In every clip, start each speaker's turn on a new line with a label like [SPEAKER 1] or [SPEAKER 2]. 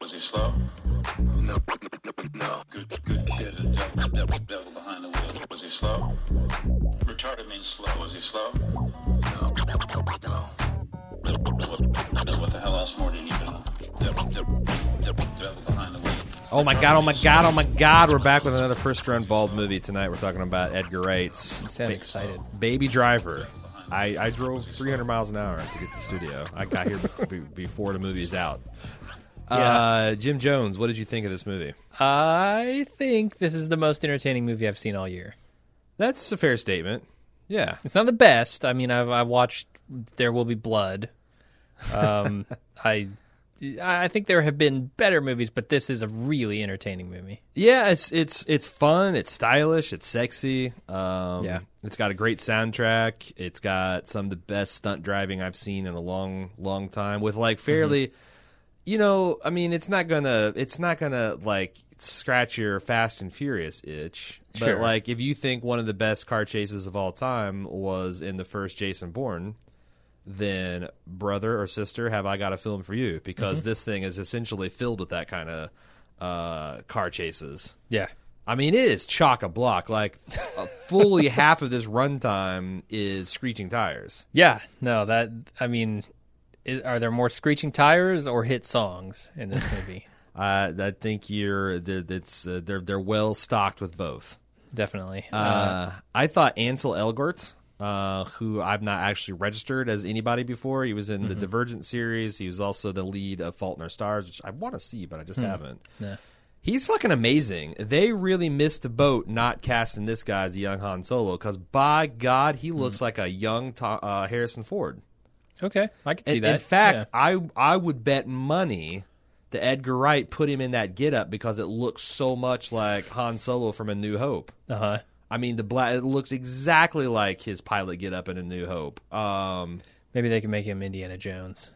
[SPEAKER 1] Was he slow? No, no. Good, good kid. Devil, devil, devil behind the wheel. Was he slow? Retarded means slow. Was he slow? No, no. What, what the hell else more did you know? Devil, devil, devil, devil behind the wheel.
[SPEAKER 2] Oh my god, oh my god, oh my god. We're back with another first run bald movie tonight. We're talking about Edgar Wright's
[SPEAKER 3] You sound excited.
[SPEAKER 2] Baby Driver. I, I drove 300 miles an hour to get to the studio. I got here bef- be- before the movie is out. Uh, Jim Jones, what did you think of this movie?
[SPEAKER 3] I think this is the most entertaining movie I've seen all year.
[SPEAKER 2] That's a fair statement. Yeah.
[SPEAKER 3] It's not the best. I mean, I've I watched There Will Be Blood. Um, I I think there have been better movies, but this is a really entertaining movie.
[SPEAKER 2] Yeah, it's it's it's fun. It's stylish. It's sexy. Um,
[SPEAKER 3] Yeah.
[SPEAKER 2] it's got a great soundtrack. It's got some of the best stunt driving I've seen in a long, long time. With like fairly, you know, I mean, it's not gonna, it's not gonna like scratch your Fast and Furious itch.
[SPEAKER 3] Sure.
[SPEAKER 2] But like, if you think one of the best car chases of all time was in the first Jason Bourne, then brother or sister, have I got a film for you? Because this thing is essentially filled with that kind of uh, car chases.
[SPEAKER 3] Yeah.
[SPEAKER 2] I mean, it is chock a block. Like, uh, fully half of this runtime is screeching tires.
[SPEAKER 3] Yeah. No, that I mean, i are there more screeching tires or hit songs in this movie?
[SPEAKER 2] Uh, I think you're that- that's uh, they're they're well stocked with both.
[SPEAKER 3] Definitely.
[SPEAKER 2] Uh, I thought Ansel Elgort, uh, who I've not actually registered as anybody before. He was in
[SPEAKER 3] Mm-hmm.
[SPEAKER 2] the Divergent series. He was also the lead of Fault in Our Stars, which I want to see, but I just haven't.
[SPEAKER 3] Hmm. Yeah.
[SPEAKER 2] He's fucking amazing. They really missed the boat not casting this guy as the young Han Solo because by God,
[SPEAKER 3] Hmm.
[SPEAKER 2] he looks like a young Tom, uh, Harrison Ford.
[SPEAKER 3] okay, I can see
[SPEAKER 2] In-
[SPEAKER 3] that.
[SPEAKER 2] In fact, I I would bet money that Edgar Wright put him in that getup because it looks so much like Han Solo from A New Hope.
[SPEAKER 3] uh huh.
[SPEAKER 2] I mean, the black it looks exactly like his pilot getup in A New Hope. Um,
[SPEAKER 3] Maybe they can make him Indiana Jones.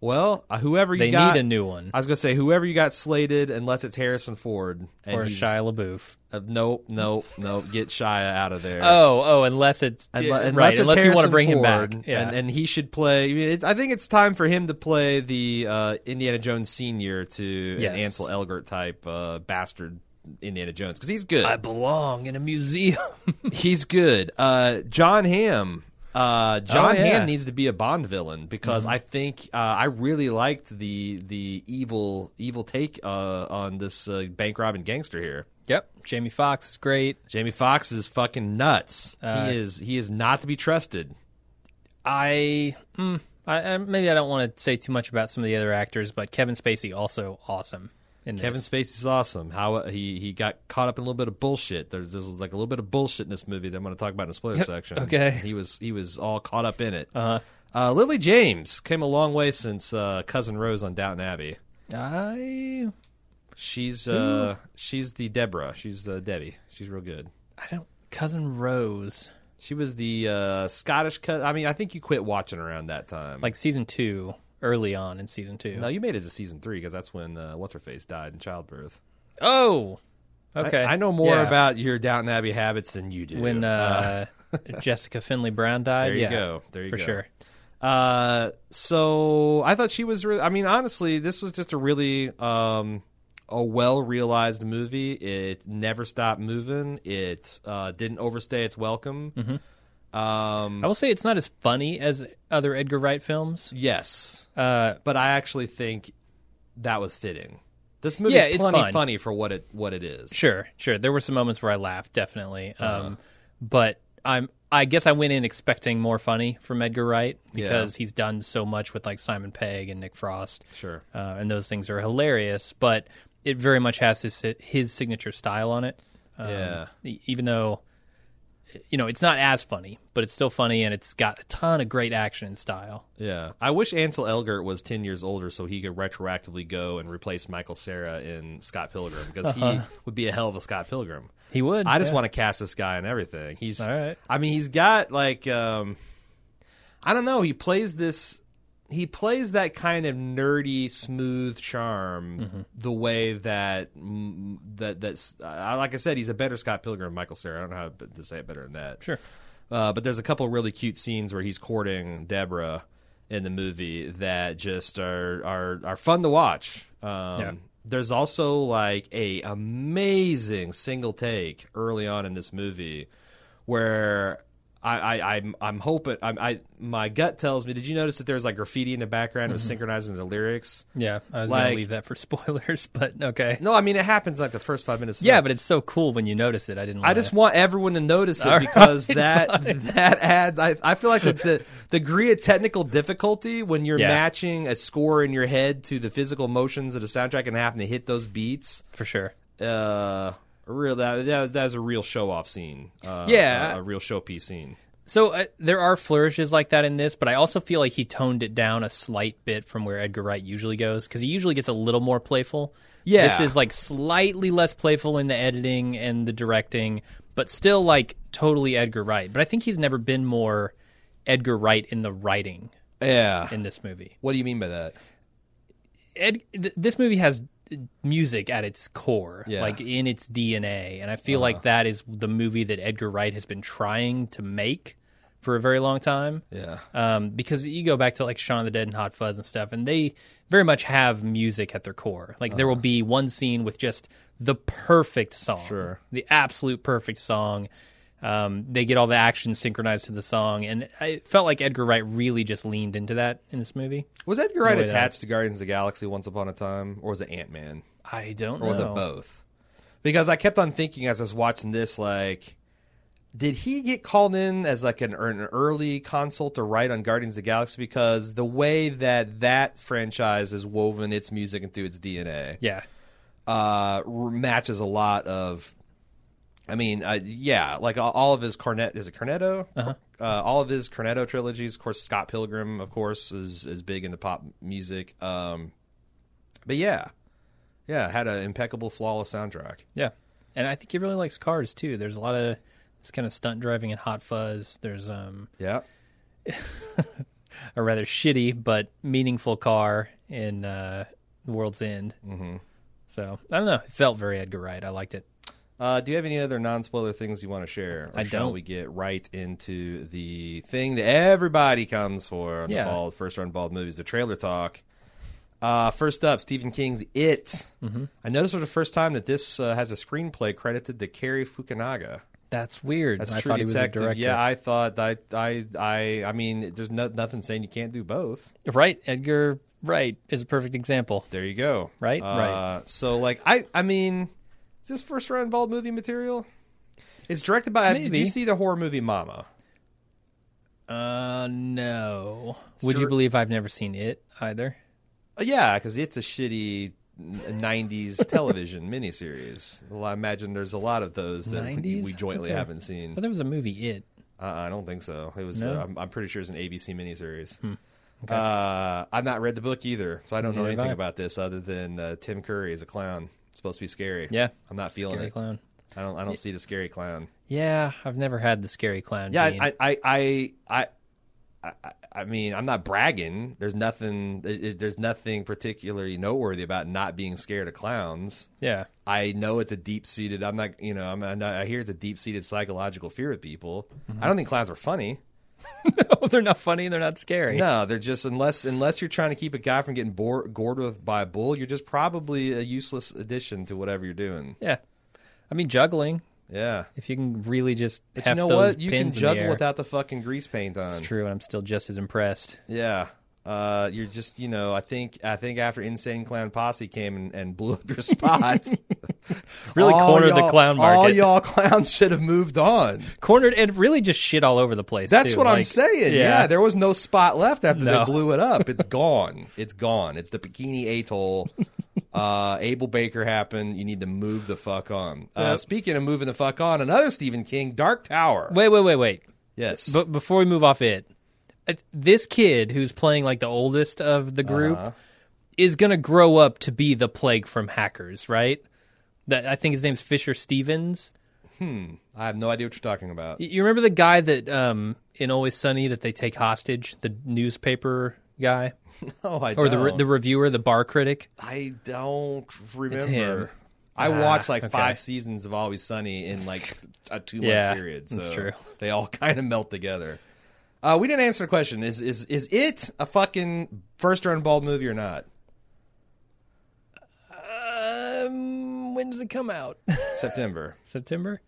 [SPEAKER 2] well, uh, whoever you
[SPEAKER 3] They
[SPEAKER 2] got,
[SPEAKER 3] need a new one
[SPEAKER 2] I was gonna say whoever you got slated, unless it's Harrison Ford and
[SPEAKER 3] or
[SPEAKER 2] he's-
[SPEAKER 3] Shia LaBeouf.
[SPEAKER 2] uh, nope, nope, nope. Get Shia out of there.
[SPEAKER 3] Oh, oh, unless it's
[SPEAKER 2] Unle-
[SPEAKER 3] right,
[SPEAKER 2] unless
[SPEAKER 3] unless
[SPEAKER 2] it's
[SPEAKER 3] you want
[SPEAKER 2] Harrison
[SPEAKER 3] to bring
[SPEAKER 2] Ford,
[SPEAKER 3] him back. Yeah.
[SPEAKER 2] and, and he should play. I mean, it's- I think it's time for him to play the uh, Indiana Jones senior to an
[SPEAKER 3] Yes.
[SPEAKER 2] Ansel Elgort type uh, bastard Indiana Jones because he's good.
[SPEAKER 3] I belong in a museum.
[SPEAKER 2] he's good. Uh, John Hamm. Uh, John
[SPEAKER 3] Oh, yeah. Mm-hmm.
[SPEAKER 2] Hamm needs to be a Bond villain because I think uh, I really liked the the evil evil take uh, on this uh, bank robbing gangster here.
[SPEAKER 3] yep, Jamie Foxx is great.
[SPEAKER 2] Jamie Foxx is fucking nuts.
[SPEAKER 3] Uh,
[SPEAKER 2] he is he is not to be trusted.
[SPEAKER 3] I, mm, I, I maybe I don't want to say too much about some of the other actors, but Kevin Spacey also awesome. In this.
[SPEAKER 2] Kevin Spacey's awesome. How uh, he he got caught up in a little bit of bullshit. There's, there's like a little bit of bullshit in this movie that I'm going to talk about in the spoiler section.
[SPEAKER 3] okay.
[SPEAKER 2] he was he was all caught up in it. Uh-huh. Lily James came a long way since uh, Cousin Rose on Downton Abbey.
[SPEAKER 3] I,
[SPEAKER 2] She's uh, she's the Deborah. She's the Debbie. She's real good.
[SPEAKER 3] I don't. Cousin Rose,
[SPEAKER 2] She was the uh, Scottish. Co- I mean, I think you quit watching around that time.
[SPEAKER 3] like season two, early on in season two.
[SPEAKER 2] no, you made it to season three because that's when uh, what's her face died in childbirth.
[SPEAKER 3] Oh,
[SPEAKER 2] I-
[SPEAKER 3] okay.
[SPEAKER 2] I, know more
[SPEAKER 3] Yeah.
[SPEAKER 2] about your Downton Abbey habits than you do.
[SPEAKER 3] when uh, Jessica Finley Brown died.
[SPEAKER 2] There you
[SPEAKER 3] yeah,
[SPEAKER 2] go. There you
[SPEAKER 3] for
[SPEAKER 2] go.
[SPEAKER 3] sure.
[SPEAKER 2] Uh, so I thought she was. Re- I mean, honestly, this was just a really um, a well realized movie. It never stopped moving. It uh, didn't overstay its welcome.
[SPEAKER 3] Mm-hmm.
[SPEAKER 2] Um,
[SPEAKER 3] I will say it's not as funny as other Edgar Wright films.
[SPEAKER 2] yes,
[SPEAKER 3] Uh,
[SPEAKER 2] but I actually think that was fitting. This movie's
[SPEAKER 3] Yeah, it's
[SPEAKER 2] plenty
[SPEAKER 3] fun.
[SPEAKER 2] funny for what it what it is.
[SPEAKER 3] Sure, sure. There were some moments where I laughed, definitely. Um, but I'm, I guess I went in expecting more funny from Edgar Wright because he's done so much with like Simon Pegg and Nick Frost,
[SPEAKER 2] Sure.
[SPEAKER 3] uh, and those things are hilarious. But it very much has his his signature style on it. Um,
[SPEAKER 2] Yeah.
[SPEAKER 3] e- Even though, you know, it's not as funny, but it's still funny, and it's got a ton of great action and style.
[SPEAKER 2] Yeah, I wish Ansel Elgort was ten years older so he could retroactively go and replace Michael Sarah in Scott Pilgrim because
[SPEAKER 3] Uh-huh.
[SPEAKER 2] he would be a hell of a Scott Pilgrim.
[SPEAKER 3] He would.
[SPEAKER 2] I just
[SPEAKER 3] yeah.
[SPEAKER 2] want to cast this guy and everything. He's
[SPEAKER 3] All right.
[SPEAKER 2] I mean, he's got like um I don't know, he plays this he plays that kind of nerdy, smooth charm
[SPEAKER 3] Mm-hmm.
[SPEAKER 2] the way that mm, that that's uh, like I said, he's a better Scott Pilgrim than Michael Sarah. I don't know how to say it better than that.
[SPEAKER 3] Sure.
[SPEAKER 2] Uh, but there's a couple really cute scenes where he's courting Deborah in the movie that just are are are fun to watch. Um,
[SPEAKER 3] Yeah.
[SPEAKER 2] There's also like a amazing single take early on in this movie, where I, I I'm I'm hoping I'm, I my gut tells me. Did you notice that there's like graffiti in the background with synchronizing the lyrics?
[SPEAKER 3] Mm-hmm. Yeah, I was
[SPEAKER 2] Like-
[SPEAKER 3] gonna leave that for spoilers, but okay.
[SPEAKER 2] No, I mean it happens like the first five minutes. of the
[SPEAKER 3] Yeah,
[SPEAKER 2] film.
[SPEAKER 3] but it's so cool when you notice it. I didn't.
[SPEAKER 2] I
[SPEAKER 3] wanna-
[SPEAKER 2] just want everyone to notice it
[SPEAKER 3] All
[SPEAKER 2] because
[SPEAKER 3] right,
[SPEAKER 2] that that adds. I, I feel like the, the degree of technical difficulty when you're
[SPEAKER 3] Yeah.
[SPEAKER 2] matching a score in your head to the physical motions of the soundtrack and having to hit those beats.
[SPEAKER 3] for sure.
[SPEAKER 2] Uh, real that that was, that was a real show off scene. Uh,
[SPEAKER 3] Yeah.
[SPEAKER 2] a, a real showpiece scene.
[SPEAKER 3] So uh, there are flourishes like that in this, but I also feel like he toned it down a slight bit from where Edgar Wright usually goes because he usually gets a little more playful.
[SPEAKER 2] Yeah.
[SPEAKER 3] this is like slightly less playful in the editing and the directing, but still like totally Edgar Wright. But I think he's never been more Edgar Wright in the writing
[SPEAKER 2] Yeah.
[SPEAKER 3] in this movie.
[SPEAKER 2] What do you mean by that?
[SPEAKER 3] Ed, th- this movie has uh, music at its core,
[SPEAKER 2] Yeah. Uh-huh.
[SPEAKER 3] like in its DNA, and I feel like that is the movie that Edgar Wright has been trying to make for a very long time.
[SPEAKER 2] Yeah.
[SPEAKER 3] Um, because you go back to like Shaun of the Dead and Hot Fuzz and stuff, and they very much have music at their core. Like there will be one scene with just the perfect song,
[SPEAKER 2] Sure.
[SPEAKER 3] the absolute perfect song. Um, they get all the action synchronized to the song, and I felt like Edgar Wright really just leaned into that in this movie.
[SPEAKER 2] Was Edgar Wright
[SPEAKER 3] wait,
[SPEAKER 2] attached to Guardians of the Galaxy once upon a time, or was it Ant Man?
[SPEAKER 3] I don't
[SPEAKER 2] or was
[SPEAKER 3] know.
[SPEAKER 2] it both? Because I kept on thinking as I was watching this, like, did he get called in as like an, an early consult to write on Guardians of the Galaxy? Because the way that that franchise is woven its music into its DNA
[SPEAKER 3] Yeah,
[SPEAKER 2] uh, r- matches a lot of. I mean, uh, yeah, like all- all of his Cornet is it Cornetto? uh all of his Cornetto trilogies, of course. Scott Pilgrim, of course, is is big into pop music. Um, but yeah, yeah, had an impeccable, flawless soundtrack.
[SPEAKER 3] yeah, and I think he really likes cars too. There's a lot of this kind of stunt driving in Hot Fuzz. There's um,
[SPEAKER 2] Yeah,
[SPEAKER 3] a rather shitty but meaningful car in uh, The World's End. Mm-hmm. So I don't know. It felt very Edgar Wright. I liked it.
[SPEAKER 2] Uh, do you have any other non-spoiler things you want to share? Or
[SPEAKER 3] I
[SPEAKER 2] shall
[SPEAKER 3] don't.
[SPEAKER 2] We get right into the thing that everybody comes for. on
[SPEAKER 3] Yeah.
[SPEAKER 2] The bald, first run bald movies, the trailer talk. Uh, first up, Stephen King's It.
[SPEAKER 3] Mm-hmm.
[SPEAKER 2] I noticed for the first time that this uh, has a screenplay credited to Cary Fukunaga.
[SPEAKER 3] That's weird.
[SPEAKER 2] That's
[SPEAKER 3] I
[SPEAKER 2] true
[SPEAKER 3] thought he was a
[SPEAKER 2] detective.
[SPEAKER 3] director.
[SPEAKER 2] Yeah, I thought I I I I mean, there's no, nothing saying you can't do both.
[SPEAKER 3] right. Edgar Wright is a perfect example.
[SPEAKER 2] There you go.
[SPEAKER 3] Right?
[SPEAKER 2] Uh,
[SPEAKER 3] Right.
[SPEAKER 2] So like I I mean, is this first run bald movie material? It's directed by. uh, Did you
[SPEAKER 3] Maybe.
[SPEAKER 2] see the horror movie Mama?
[SPEAKER 3] Uh, no. Would
[SPEAKER 2] dir-
[SPEAKER 3] you believe I've never seen it either?
[SPEAKER 2] Uh, Yeah, because it's a shitty n- 90s television miniseries. Well, I imagine there's a lot of those that we-
[SPEAKER 3] 90s?
[SPEAKER 2] we
[SPEAKER 3] I
[SPEAKER 2] jointly
[SPEAKER 3] thought there-
[SPEAKER 2] haven't
[SPEAKER 3] I
[SPEAKER 2] seen.
[SPEAKER 3] thought there was a movie. It.
[SPEAKER 2] Uh, I don't think so. It was.
[SPEAKER 3] No? Hmm.
[SPEAKER 2] Uh, I'm, I'm pretty sure it's an ABC miniseries. Uh, I've not read the book either, so I don't know
[SPEAKER 3] Neither have
[SPEAKER 2] anything
[SPEAKER 3] I.
[SPEAKER 2] about this other than uh, Tim Curry is a clown. It's supposed to be scary.
[SPEAKER 3] Yeah.
[SPEAKER 2] I'm not feeling
[SPEAKER 3] Scary
[SPEAKER 2] it.
[SPEAKER 3] clown.
[SPEAKER 2] I don't. I don't see the scary clown.
[SPEAKER 3] Yeah, I've never had the scary clown.
[SPEAKER 2] Yeah,
[SPEAKER 3] gene.
[SPEAKER 2] I, I, I, I, I, I- I mean, I'm not bragging. There's nothing. it- it- There's nothing particularly noteworthy about not being scared of clowns.
[SPEAKER 3] yeah.
[SPEAKER 2] I know it's a deep seated. I'm not, you know, I'm, I'm not, I hear it's a deep seated psychological fear of people.
[SPEAKER 3] Mm-hmm.
[SPEAKER 2] I don't think clowns are funny.
[SPEAKER 3] Oh, they're not funny. They're not scary.
[SPEAKER 2] No, they're just unless unless you're trying to keep a guy from getting bored, gored with by a bull, you're just probably a useless addition to whatever you're doing.
[SPEAKER 3] Yeah. I mean, juggling.
[SPEAKER 2] Yeah,
[SPEAKER 3] If you can really just
[SPEAKER 2] but
[SPEAKER 3] heft
[SPEAKER 2] you know
[SPEAKER 3] those
[SPEAKER 2] what? You can
[SPEAKER 3] pins in the
[SPEAKER 2] juggle
[SPEAKER 3] air.
[SPEAKER 2] without the fucking grease paint on.
[SPEAKER 3] It's true, and I'm still just as impressed.
[SPEAKER 2] Yeah. Uh, you're just, you know, I think, I think after Insane Clown Posse came and, and blew up your spot,
[SPEAKER 3] Really
[SPEAKER 2] all
[SPEAKER 3] cornered the
[SPEAKER 2] y'all-
[SPEAKER 3] clown
[SPEAKER 2] All
[SPEAKER 3] market.
[SPEAKER 2] y'all clowns should have moved on.
[SPEAKER 3] Cornered and really just shit all over the place.
[SPEAKER 2] That's
[SPEAKER 3] too.
[SPEAKER 2] what I'm
[SPEAKER 3] Like,
[SPEAKER 2] saying. Yeah. there was no spot left after they
[SPEAKER 3] No.
[SPEAKER 2] blew it up. It's gone. It's gone. It's the Bikini Atoll. uh, Abel Baker happened. You need to move the fuck on. Uh,
[SPEAKER 3] Yep.
[SPEAKER 2] Speaking of moving the fuck on, another Stephen King, Dark Tower.
[SPEAKER 3] wait, wait, wait, wait.
[SPEAKER 2] yes,
[SPEAKER 3] But before we move off it, uh, this kid who's playing like the oldest of the group
[SPEAKER 2] Uh-huh.
[SPEAKER 3] is going to grow up to be the plague from Hackers, right? That I think his name's Fisher Stevens.
[SPEAKER 2] I have no idea what you're talking about.
[SPEAKER 3] Y- You remember the guy that um, in Always Sunny that they take hostage, the newspaper guy,
[SPEAKER 2] Oh, I
[SPEAKER 3] or the
[SPEAKER 2] don't.
[SPEAKER 3] re- the reviewer, the bar critic?
[SPEAKER 2] I don't remember.
[SPEAKER 3] him. Uh,
[SPEAKER 2] I watched like
[SPEAKER 3] okay.
[SPEAKER 2] five seasons of Always Sunny in like a two month
[SPEAKER 3] Yeah,
[SPEAKER 2] period. So
[SPEAKER 3] that's true.
[SPEAKER 2] They all kind of melt together. Uh, we didn't answer the question. Is is is it a fucking first run bald movie or not?
[SPEAKER 3] um, when does it come out?
[SPEAKER 2] September.
[SPEAKER 3] September.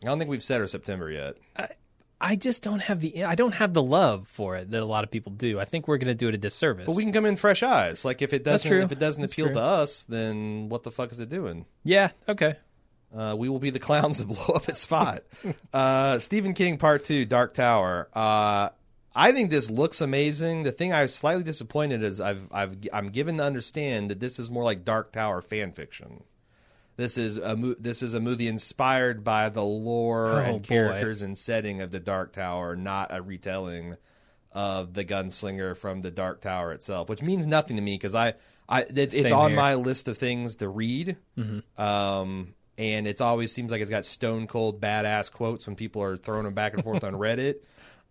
[SPEAKER 2] I don't think we've said our September yet.
[SPEAKER 3] I just don't have the I don't have the love for it that a lot of people do. I think we're going to do it a disservice.
[SPEAKER 2] But we can come in fresh eyes. Like if it doesn't
[SPEAKER 3] true.
[SPEAKER 2] if it doesn't
[SPEAKER 3] That's
[SPEAKER 2] appeal
[SPEAKER 3] true.
[SPEAKER 2] to us, then what the fuck is it doing?
[SPEAKER 3] yeah, okay.
[SPEAKER 2] Uh, we will be the clowns to blow up its spot. uh, Stephen King Part Two, Dark Tower. Uh, I think this looks amazing. The thing I'm slightly disappointed is I've, I've I'm given to understand that this is more like Dark Tower fan fiction. This is a mo- this is a movie inspired by the lore and
[SPEAKER 3] boy.
[SPEAKER 2] characters and setting of the Dark Tower, not a retelling of the gunslinger from the Dark Tower itself, which means nothing to me because I, I it, it's
[SPEAKER 3] Same
[SPEAKER 2] on
[SPEAKER 3] here. Mm-hmm.
[SPEAKER 2] my list of things to read. Um, and it's always seems like it's got stone cold badass quotes when people are throwing them back and forth on Reddit.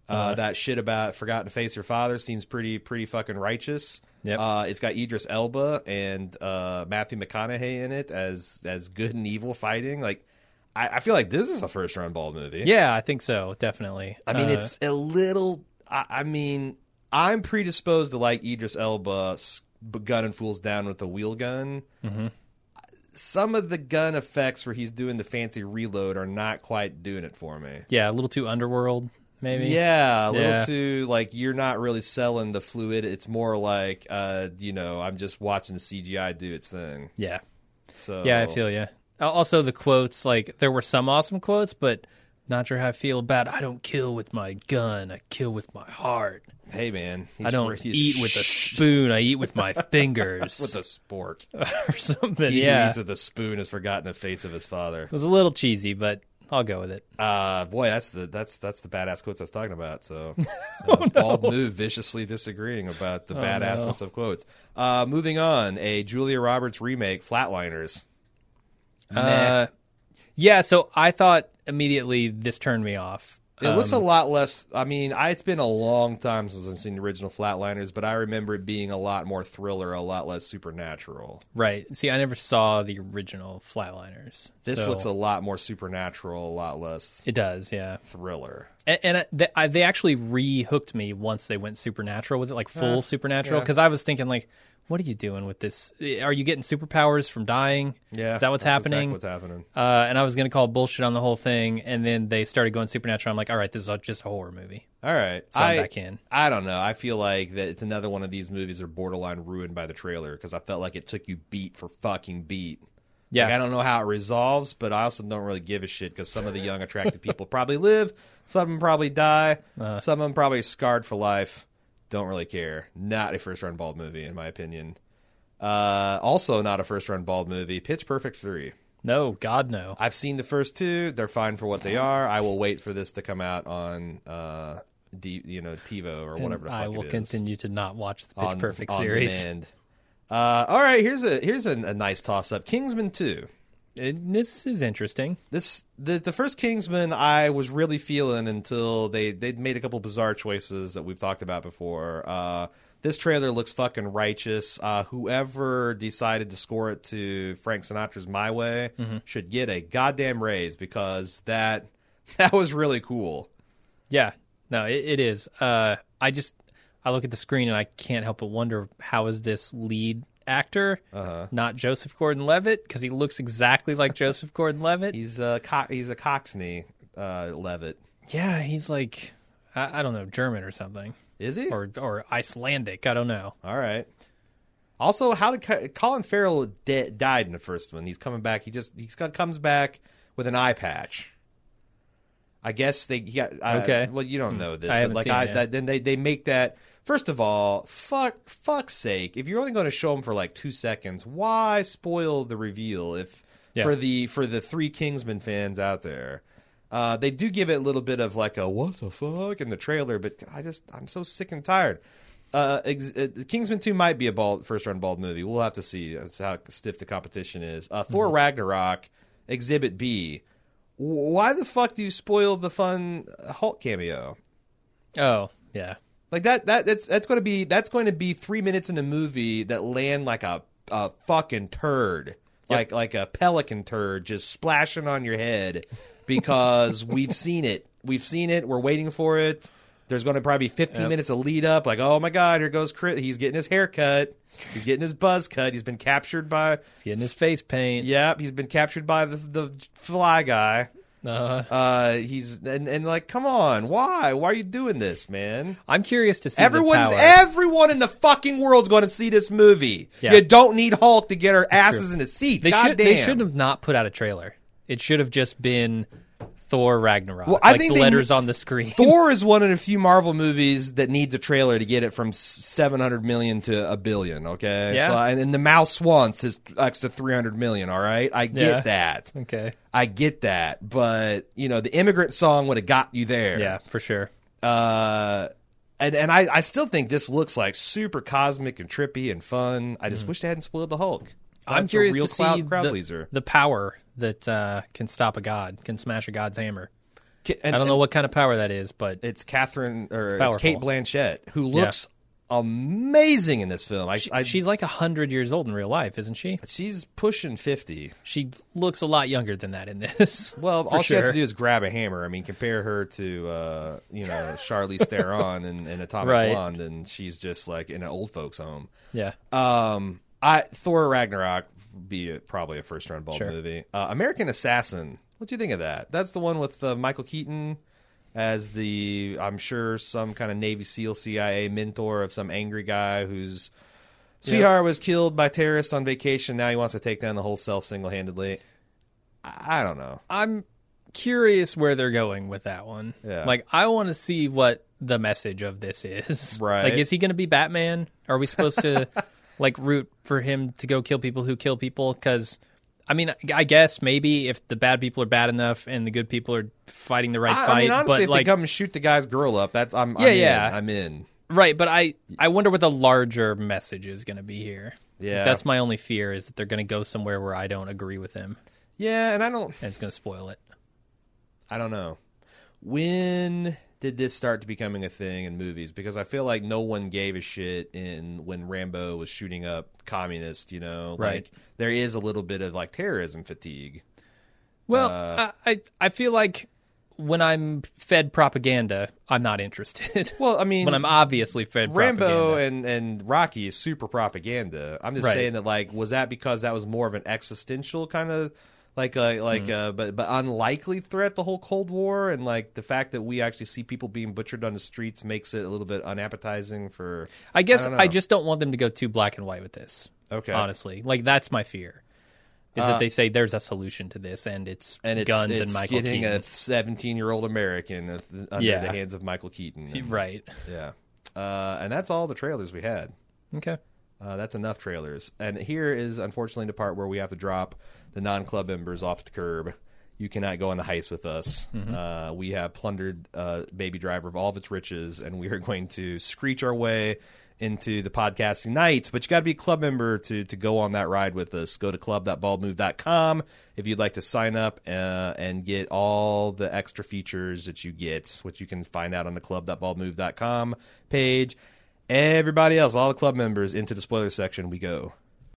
[SPEAKER 2] Uh,
[SPEAKER 3] Uh-huh.
[SPEAKER 2] that shit about forgotten to face your father seems pretty pretty fucking righteous.
[SPEAKER 3] Yep.
[SPEAKER 2] Uh, it's got Idris Elba and uh, Matthew McConaughey in it as as good and evil fighting. Like, I, I feel like this is a first round ball movie.
[SPEAKER 3] Yeah, I think so, definitely.
[SPEAKER 2] I mean,
[SPEAKER 3] Uh,
[SPEAKER 2] it's a little. I, I mean, I'm predisposed to like Idris Elba s- b- gunning fools down with the wheel gun.
[SPEAKER 3] Mm-hmm.
[SPEAKER 2] Some of the gun effects where he's doing the fancy reload are not quite doing it for me.
[SPEAKER 3] yeah, a little too underworld maybe.
[SPEAKER 2] Yeah, a little
[SPEAKER 3] Yeah.
[SPEAKER 2] too like you're not really selling the fluid. It's more like, uh, you know, I'm just watching the CGI do its thing.
[SPEAKER 3] Yeah.
[SPEAKER 2] So
[SPEAKER 3] Yeah, I feel yeah. Also the quotes like there were some awesome quotes, but not sure how I feel about I don't kill with my gun, I kill with my heart.
[SPEAKER 2] Hey man,
[SPEAKER 3] I
[SPEAKER 2] he's-
[SPEAKER 3] don't
[SPEAKER 2] he's
[SPEAKER 3] eat with a
[SPEAKER 2] sh-
[SPEAKER 3] spoon, I eat with my fingers
[SPEAKER 2] with a spork.
[SPEAKER 3] or something.
[SPEAKER 2] He
[SPEAKER 3] Uh, yeah.
[SPEAKER 2] eats with a spoon. Has forgotten the face of his father.
[SPEAKER 3] It was a little cheesy, but I'll go with it.
[SPEAKER 2] Uh, boy, that's the that's that's the badass quotes I was talking about. So, uh,
[SPEAKER 3] Oh,
[SPEAKER 2] bald move viciously disagreeing about the badassness of quotes. Uh, moving on, a Julia Roberts remake, Flatliners.
[SPEAKER 3] Uh, yeah, so I thought immediately this turned me off.
[SPEAKER 2] It looks
[SPEAKER 3] Um,
[SPEAKER 2] a lot less. I mean, I, it's been a long time since I've seen the original Flatliners, but I remember it being a lot more thriller, a lot less supernatural.
[SPEAKER 3] Right. See, I never saw the original Flatliners.
[SPEAKER 2] This
[SPEAKER 3] so
[SPEAKER 2] looks a lot more supernatural, a lot less
[SPEAKER 3] It does, yeah.
[SPEAKER 2] thriller.
[SPEAKER 3] And, and I, they, I, they actually rehooked me once they went supernatural with it, like full supernatural,
[SPEAKER 2] yeah.
[SPEAKER 3] because I was thinking, like, what are you doing with this? Eh, Are you getting superpowers from dying?
[SPEAKER 2] Yeah,
[SPEAKER 3] Is that what's
[SPEAKER 2] that's exactly
[SPEAKER 3] happening?
[SPEAKER 2] what's happening?
[SPEAKER 3] uh, and I was going to call bullshit on the whole thing, and then they started going supernatural. I'm like, all right, this is just a horror movie.
[SPEAKER 2] All right,
[SPEAKER 3] So I'm
[SPEAKER 2] I-
[SPEAKER 3] back in.
[SPEAKER 2] I don't know. I feel like that it's another one of these movies that are borderline ruined by the trailer because I felt like it took you beat for fucking beat.
[SPEAKER 3] Yeah.
[SPEAKER 2] Like, I don't know how it resolves, but I also don't really give a shit because some of the young, attractive people probably live, some of them probably die,
[SPEAKER 3] Uh-huh.
[SPEAKER 2] some of them probably are scarred for life. Don't really care. Not a first run bald movie, in my opinion. Uh, also, not a first run bald movie. Pitch Perfect 3.
[SPEAKER 3] No, God, no.
[SPEAKER 2] I've seen the first two. They're fine for what they are. I will wait for this to come out on. Uh, D, you know, TiVo or whatever. The fuck
[SPEAKER 3] I will
[SPEAKER 2] it is
[SPEAKER 3] continue to not watch the Pitch
[SPEAKER 2] on-
[SPEAKER 3] Perfect
[SPEAKER 2] on
[SPEAKER 3] series.
[SPEAKER 2] demand. Uh, all right, here's a here's a, a nice toss up. Kingsman two.
[SPEAKER 3] And this is interesting.
[SPEAKER 2] This the the first Kingsman I was really feeling until they they made a couple bizarre choices that we've talked about before. Uh, this trailer looks fucking righteous. Uh, whoever decided to score it to Frank Sinatra's "My Way" should get a goddamn raise because that that was really cool.
[SPEAKER 3] Yeah, no, it, it is. Uh, I just I look at the screen and I can't help but wonder how is this lead actor
[SPEAKER 2] Uh-huh.
[SPEAKER 3] not Joseph Gordon-Levitt because he looks exactly like Joseph Gordon-Levitt.
[SPEAKER 2] He's a co- he's a Coxney uh, Levitt,
[SPEAKER 3] yeah, he's like I, I don't know German or something
[SPEAKER 2] is he?
[SPEAKER 3] or or Icelandic. I don't know.
[SPEAKER 2] All right. Also, how did Co- Colin Farrell de- died in the first one? He's coming back. He just he comes back with an eye patch. I guess they he got I-
[SPEAKER 3] Okay.
[SPEAKER 2] Well, you don't know this,
[SPEAKER 3] I
[SPEAKER 2] but
[SPEAKER 3] haven't
[SPEAKER 2] like
[SPEAKER 3] seen
[SPEAKER 2] I
[SPEAKER 3] it yet.
[SPEAKER 2] that, then they they make that. First of all, fuck fuck's sake! If you're only going to show him for like two seconds, why spoil the reveal? If
[SPEAKER 3] Yeah.
[SPEAKER 2] for the for the three Kingsman fans out there, uh, they do give it a little bit of like a what the fuck in the trailer, but I just I'm so sick and tired. Uh, ex- uh, Kingsman Two might be a bald first run bald movie. We'll have to see as how stiff the competition is. Uh,
[SPEAKER 3] Mm-hmm.
[SPEAKER 2] Thor Ragnarok, Exhibit B. W- Why the fuck do you spoil the fun Hulk cameo?
[SPEAKER 3] Oh yeah,
[SPEAKER 2] Like that that that's that's going to be that's going to be 3 minutes in a movie that land like a a fucking turd. Like like a pelican turd just splashing on your head because we've seen it. We've seen it. We're waiting for it. There's going to probably be 15 minutes of lead up, like, oh my god, here goes Chris. He's getting his hair cut. He's getting his buzz cut. He's been captured by.
[SPEAKER 3] Getting his face paint.
[SPEAKER 2] Yep, he's been captured by the the fly guy.
[SPEAKER 3] Uh,
[SPEAKER 2] Uh, he's and, and like, come on, why? Why are you doing this, man?
[SPEAKER 3] I'm curious to see
[SPEAKER 2] Everyone's
[SPEAKER 3] the power.
[SPEAKER 2] everyone in the fucking world's going to see this movie.
[SPEAKER 3] Yeah.
[SPEAKER 2] You don't need Hulk to get her asses in the seats.
[SPEAKER 3] they
[SPEAKER 2] God
[SPEAKER 3] should
[SPEAKER 2] damn.
[SPEAKER 3] they should have not put out a trailer. It should have just been Thor Ragnarok.
[SPEAKER 2] Well, I
[SPEAKER 3] like
[SPEAKER 2] think
[SPEAKER 3] the
[SPEAKER 2] they
[SPEAKER 3] letters
[SPEAKER 2] ne-
[SPEAKER 3] on the screen.
[SPEAKER 2] Thor is one of the few Marvel movies that needs a trailer to get it from s- 700 million to a billion, okay?
[SPEAKER 3] Yeah.
[SPEAKER 2] So, and, and The Mouse Once is extra 300 million, all right? I get
[SPEAKER 3] Yeah.
[SPEAKER 2] that.
[SPEAKER 3] okay.
[SPEAKER 2] I get that. But, you know, the immigrant song would have got you there.
[SPEAKER 3] Yeah, for sure.
[SPEAKER 2] Uh, and and I, I still think this looks like super cosmic and trippy and fun. I just wish they hadn't spoiled the Hulk.
[SPEAKER 3] Hmm. I'm
[SPEAKER 2] That's
[SPEAKER 3] curious
[SPEAKER 2] a real
[SPEAKER 3] to
[SPEAKER 2] cloud,
[SPEAKER 3] see
[SPEAKER 2] crowd
[SPEAKER 3] the,
[SPEAKER 2] pleaser.
[SPEAKER 3] the power that uh, can stop a god, can smash a god's hammer.
[SPEAKER 2] Ki- And,
[SPEAKER 3] I don't
[SPEAKER 2] and
[SPEAKER 3] know what kind of power that is, but
[SPEAKER 2] It's Catherine or it's,
[SPEAKER 3] powerful.
[SPEAKER 2] Kate Blanchett who looks amazing in this film. I, I,
[SPEAKER 3] she's like hundred years old in real life, isn't she?
[SPEAKER 2] she's pushing fifty.
[SPEAKER 3] She looks a lot younger than that in this.
[SPEAKER 2] Well,
[SPEAKER 3] For
[SPEAKER 2] all she has
[SPEAKER 3] sure.
[SPEAKER 2] to do is grab a hammer. I mean, compare her to uh, you know Charlize Theron and, and Atomic
[SPEAKER 3] Right.
[SPEAKER 2] Blonde, and she's just like in an old folks' home.
[SPEAKER 3] yeah,
[SPEAKER 2] Um, I Thor Ragnarok would be a, probably a first round ball
[SPEAKER 3] Sure.
[SPEAKER 2] movie. Uh, American Assassin. What do you think of that? That's the one with uh, Michael Keaton as the I'm sure some kind of Navy SEAL CIA mentor of some angry guy whose sweetheart was killed by terrorists on vacation. Now he wants to take down the whole cell single handedly. I I don't know.
[SPEAKER 3] I'm curious where they're going with that one.
[SPEAKER 2] Yeah.
[SPEAKER 3] Like, I want to see what the message of this is.
[SPEAKER 2] Right.
[SPEAKER 3] Like, is he going to be Batman? Are we supposed to like root for him to go kill people who kill people? Because I mean, I guess maybe if the bad people are bad enough and the good people are fighting the right
[SPEAKER 2] I, I
[SPEAKER 3] fight,
[SPEAKER 2] mean, honestly,
[SPEAKER 3] but
[SPEAKER 2] if
[SPEAKER 3] like,
[SPEAKER 2] they come and shoot the guy's girl up, that's I'm, I'm
[SPEAKER 3] Yeah,
[SPEAKER 2] in.
[SPEAKER 3] yeah.
[SPEAKER 2] I'm in.
[SPEAKER 3] right? But I, I wonder what the larger message is going to be here.
[SPEAKER 2] Yeah.
[SPEAKER 3] that's my only fear is that they're going to go somewhere where I don't agree with him,
[SPEAKER 2] Yeah, and I don't.
[SPEAKER 3] and it's going to spoil it.
[SPEAKER 2] I don't know. When did this start to becoming a thing in movies? Because I feel like no one gave a shit in when Rambo was shooting up communists, you know?
[SPEAKER 3] Right.
[SPEAKER 2] Like there is a little bit of like terrorism fatigue.
[SPEAKER 3] Well,
[SPEAKER 2] Uh,
[SPEAKER 3] I, I I feel like when I'm fed propaganda, I'm not interested.
[SPEAKER 2] Well, I mean
[SPEAKER 3] when I'm obviously fed
[SPEAKER 2] Rambo
[SPEAKER 3] propaganda.
[SPEAKER 2] and, and Rocky is super propaganda. I'm just
[SPEAKER 3] Right.
[SPEAKER 2] saying that like was that because that was more of an existential kind of like a like a but but unlikely threat the whole Cold War and like the fact that we actually see people being butchered on the streets makes it a little bit unappetizing for
[SPEAKER 3] I guess
[SPEAKER 2] I
[SPEAKER 3] I,
[SPEAKER 2] don't know.
[SPEAKER 3] just don't want them to go too black and white with this.
[SPEAKER 2] Okay. Uh,
[SPEAKER 3] honestly, like that's my fear. Is that they say there's a solution to this, and it's
[SPEAKER 2] and it's,
[SPEAKER 3] guns
[SPEAKER 2] it's
[SPEAKER 3] and Michael
[SPEAKER 2] getting
[SPEAKER 3] Keaton,
[SPEAKER 2] a 17 year old American at the- under
[SPEAKER 3] Yeah.
[SPEAKER 2] the hands of Michael Keaton. And-
[SPEAKER 3] right?
[SPEAKER 2] Yeah. Uh, and that's all the trailers we had.
[SPEAKER 3] Okay,
[SPEAKER 2] Uh, that's enough trailers. And here is unfortunately the part where we have to drop the non club members off the curb. You cannot go on the heist with us. Uh, we have plundered uh, Baby Driver of all of its riches, and we are going to screech our way into the podcasting nights. But you got to be a club member to to go on that ride with us. Go to club.baldmove.com if you'd like to sign up uh, and get all the extra features that you get, which you can find out on the club.baldmove.com page. Everybody else, all the club members, into the spoiler section we go.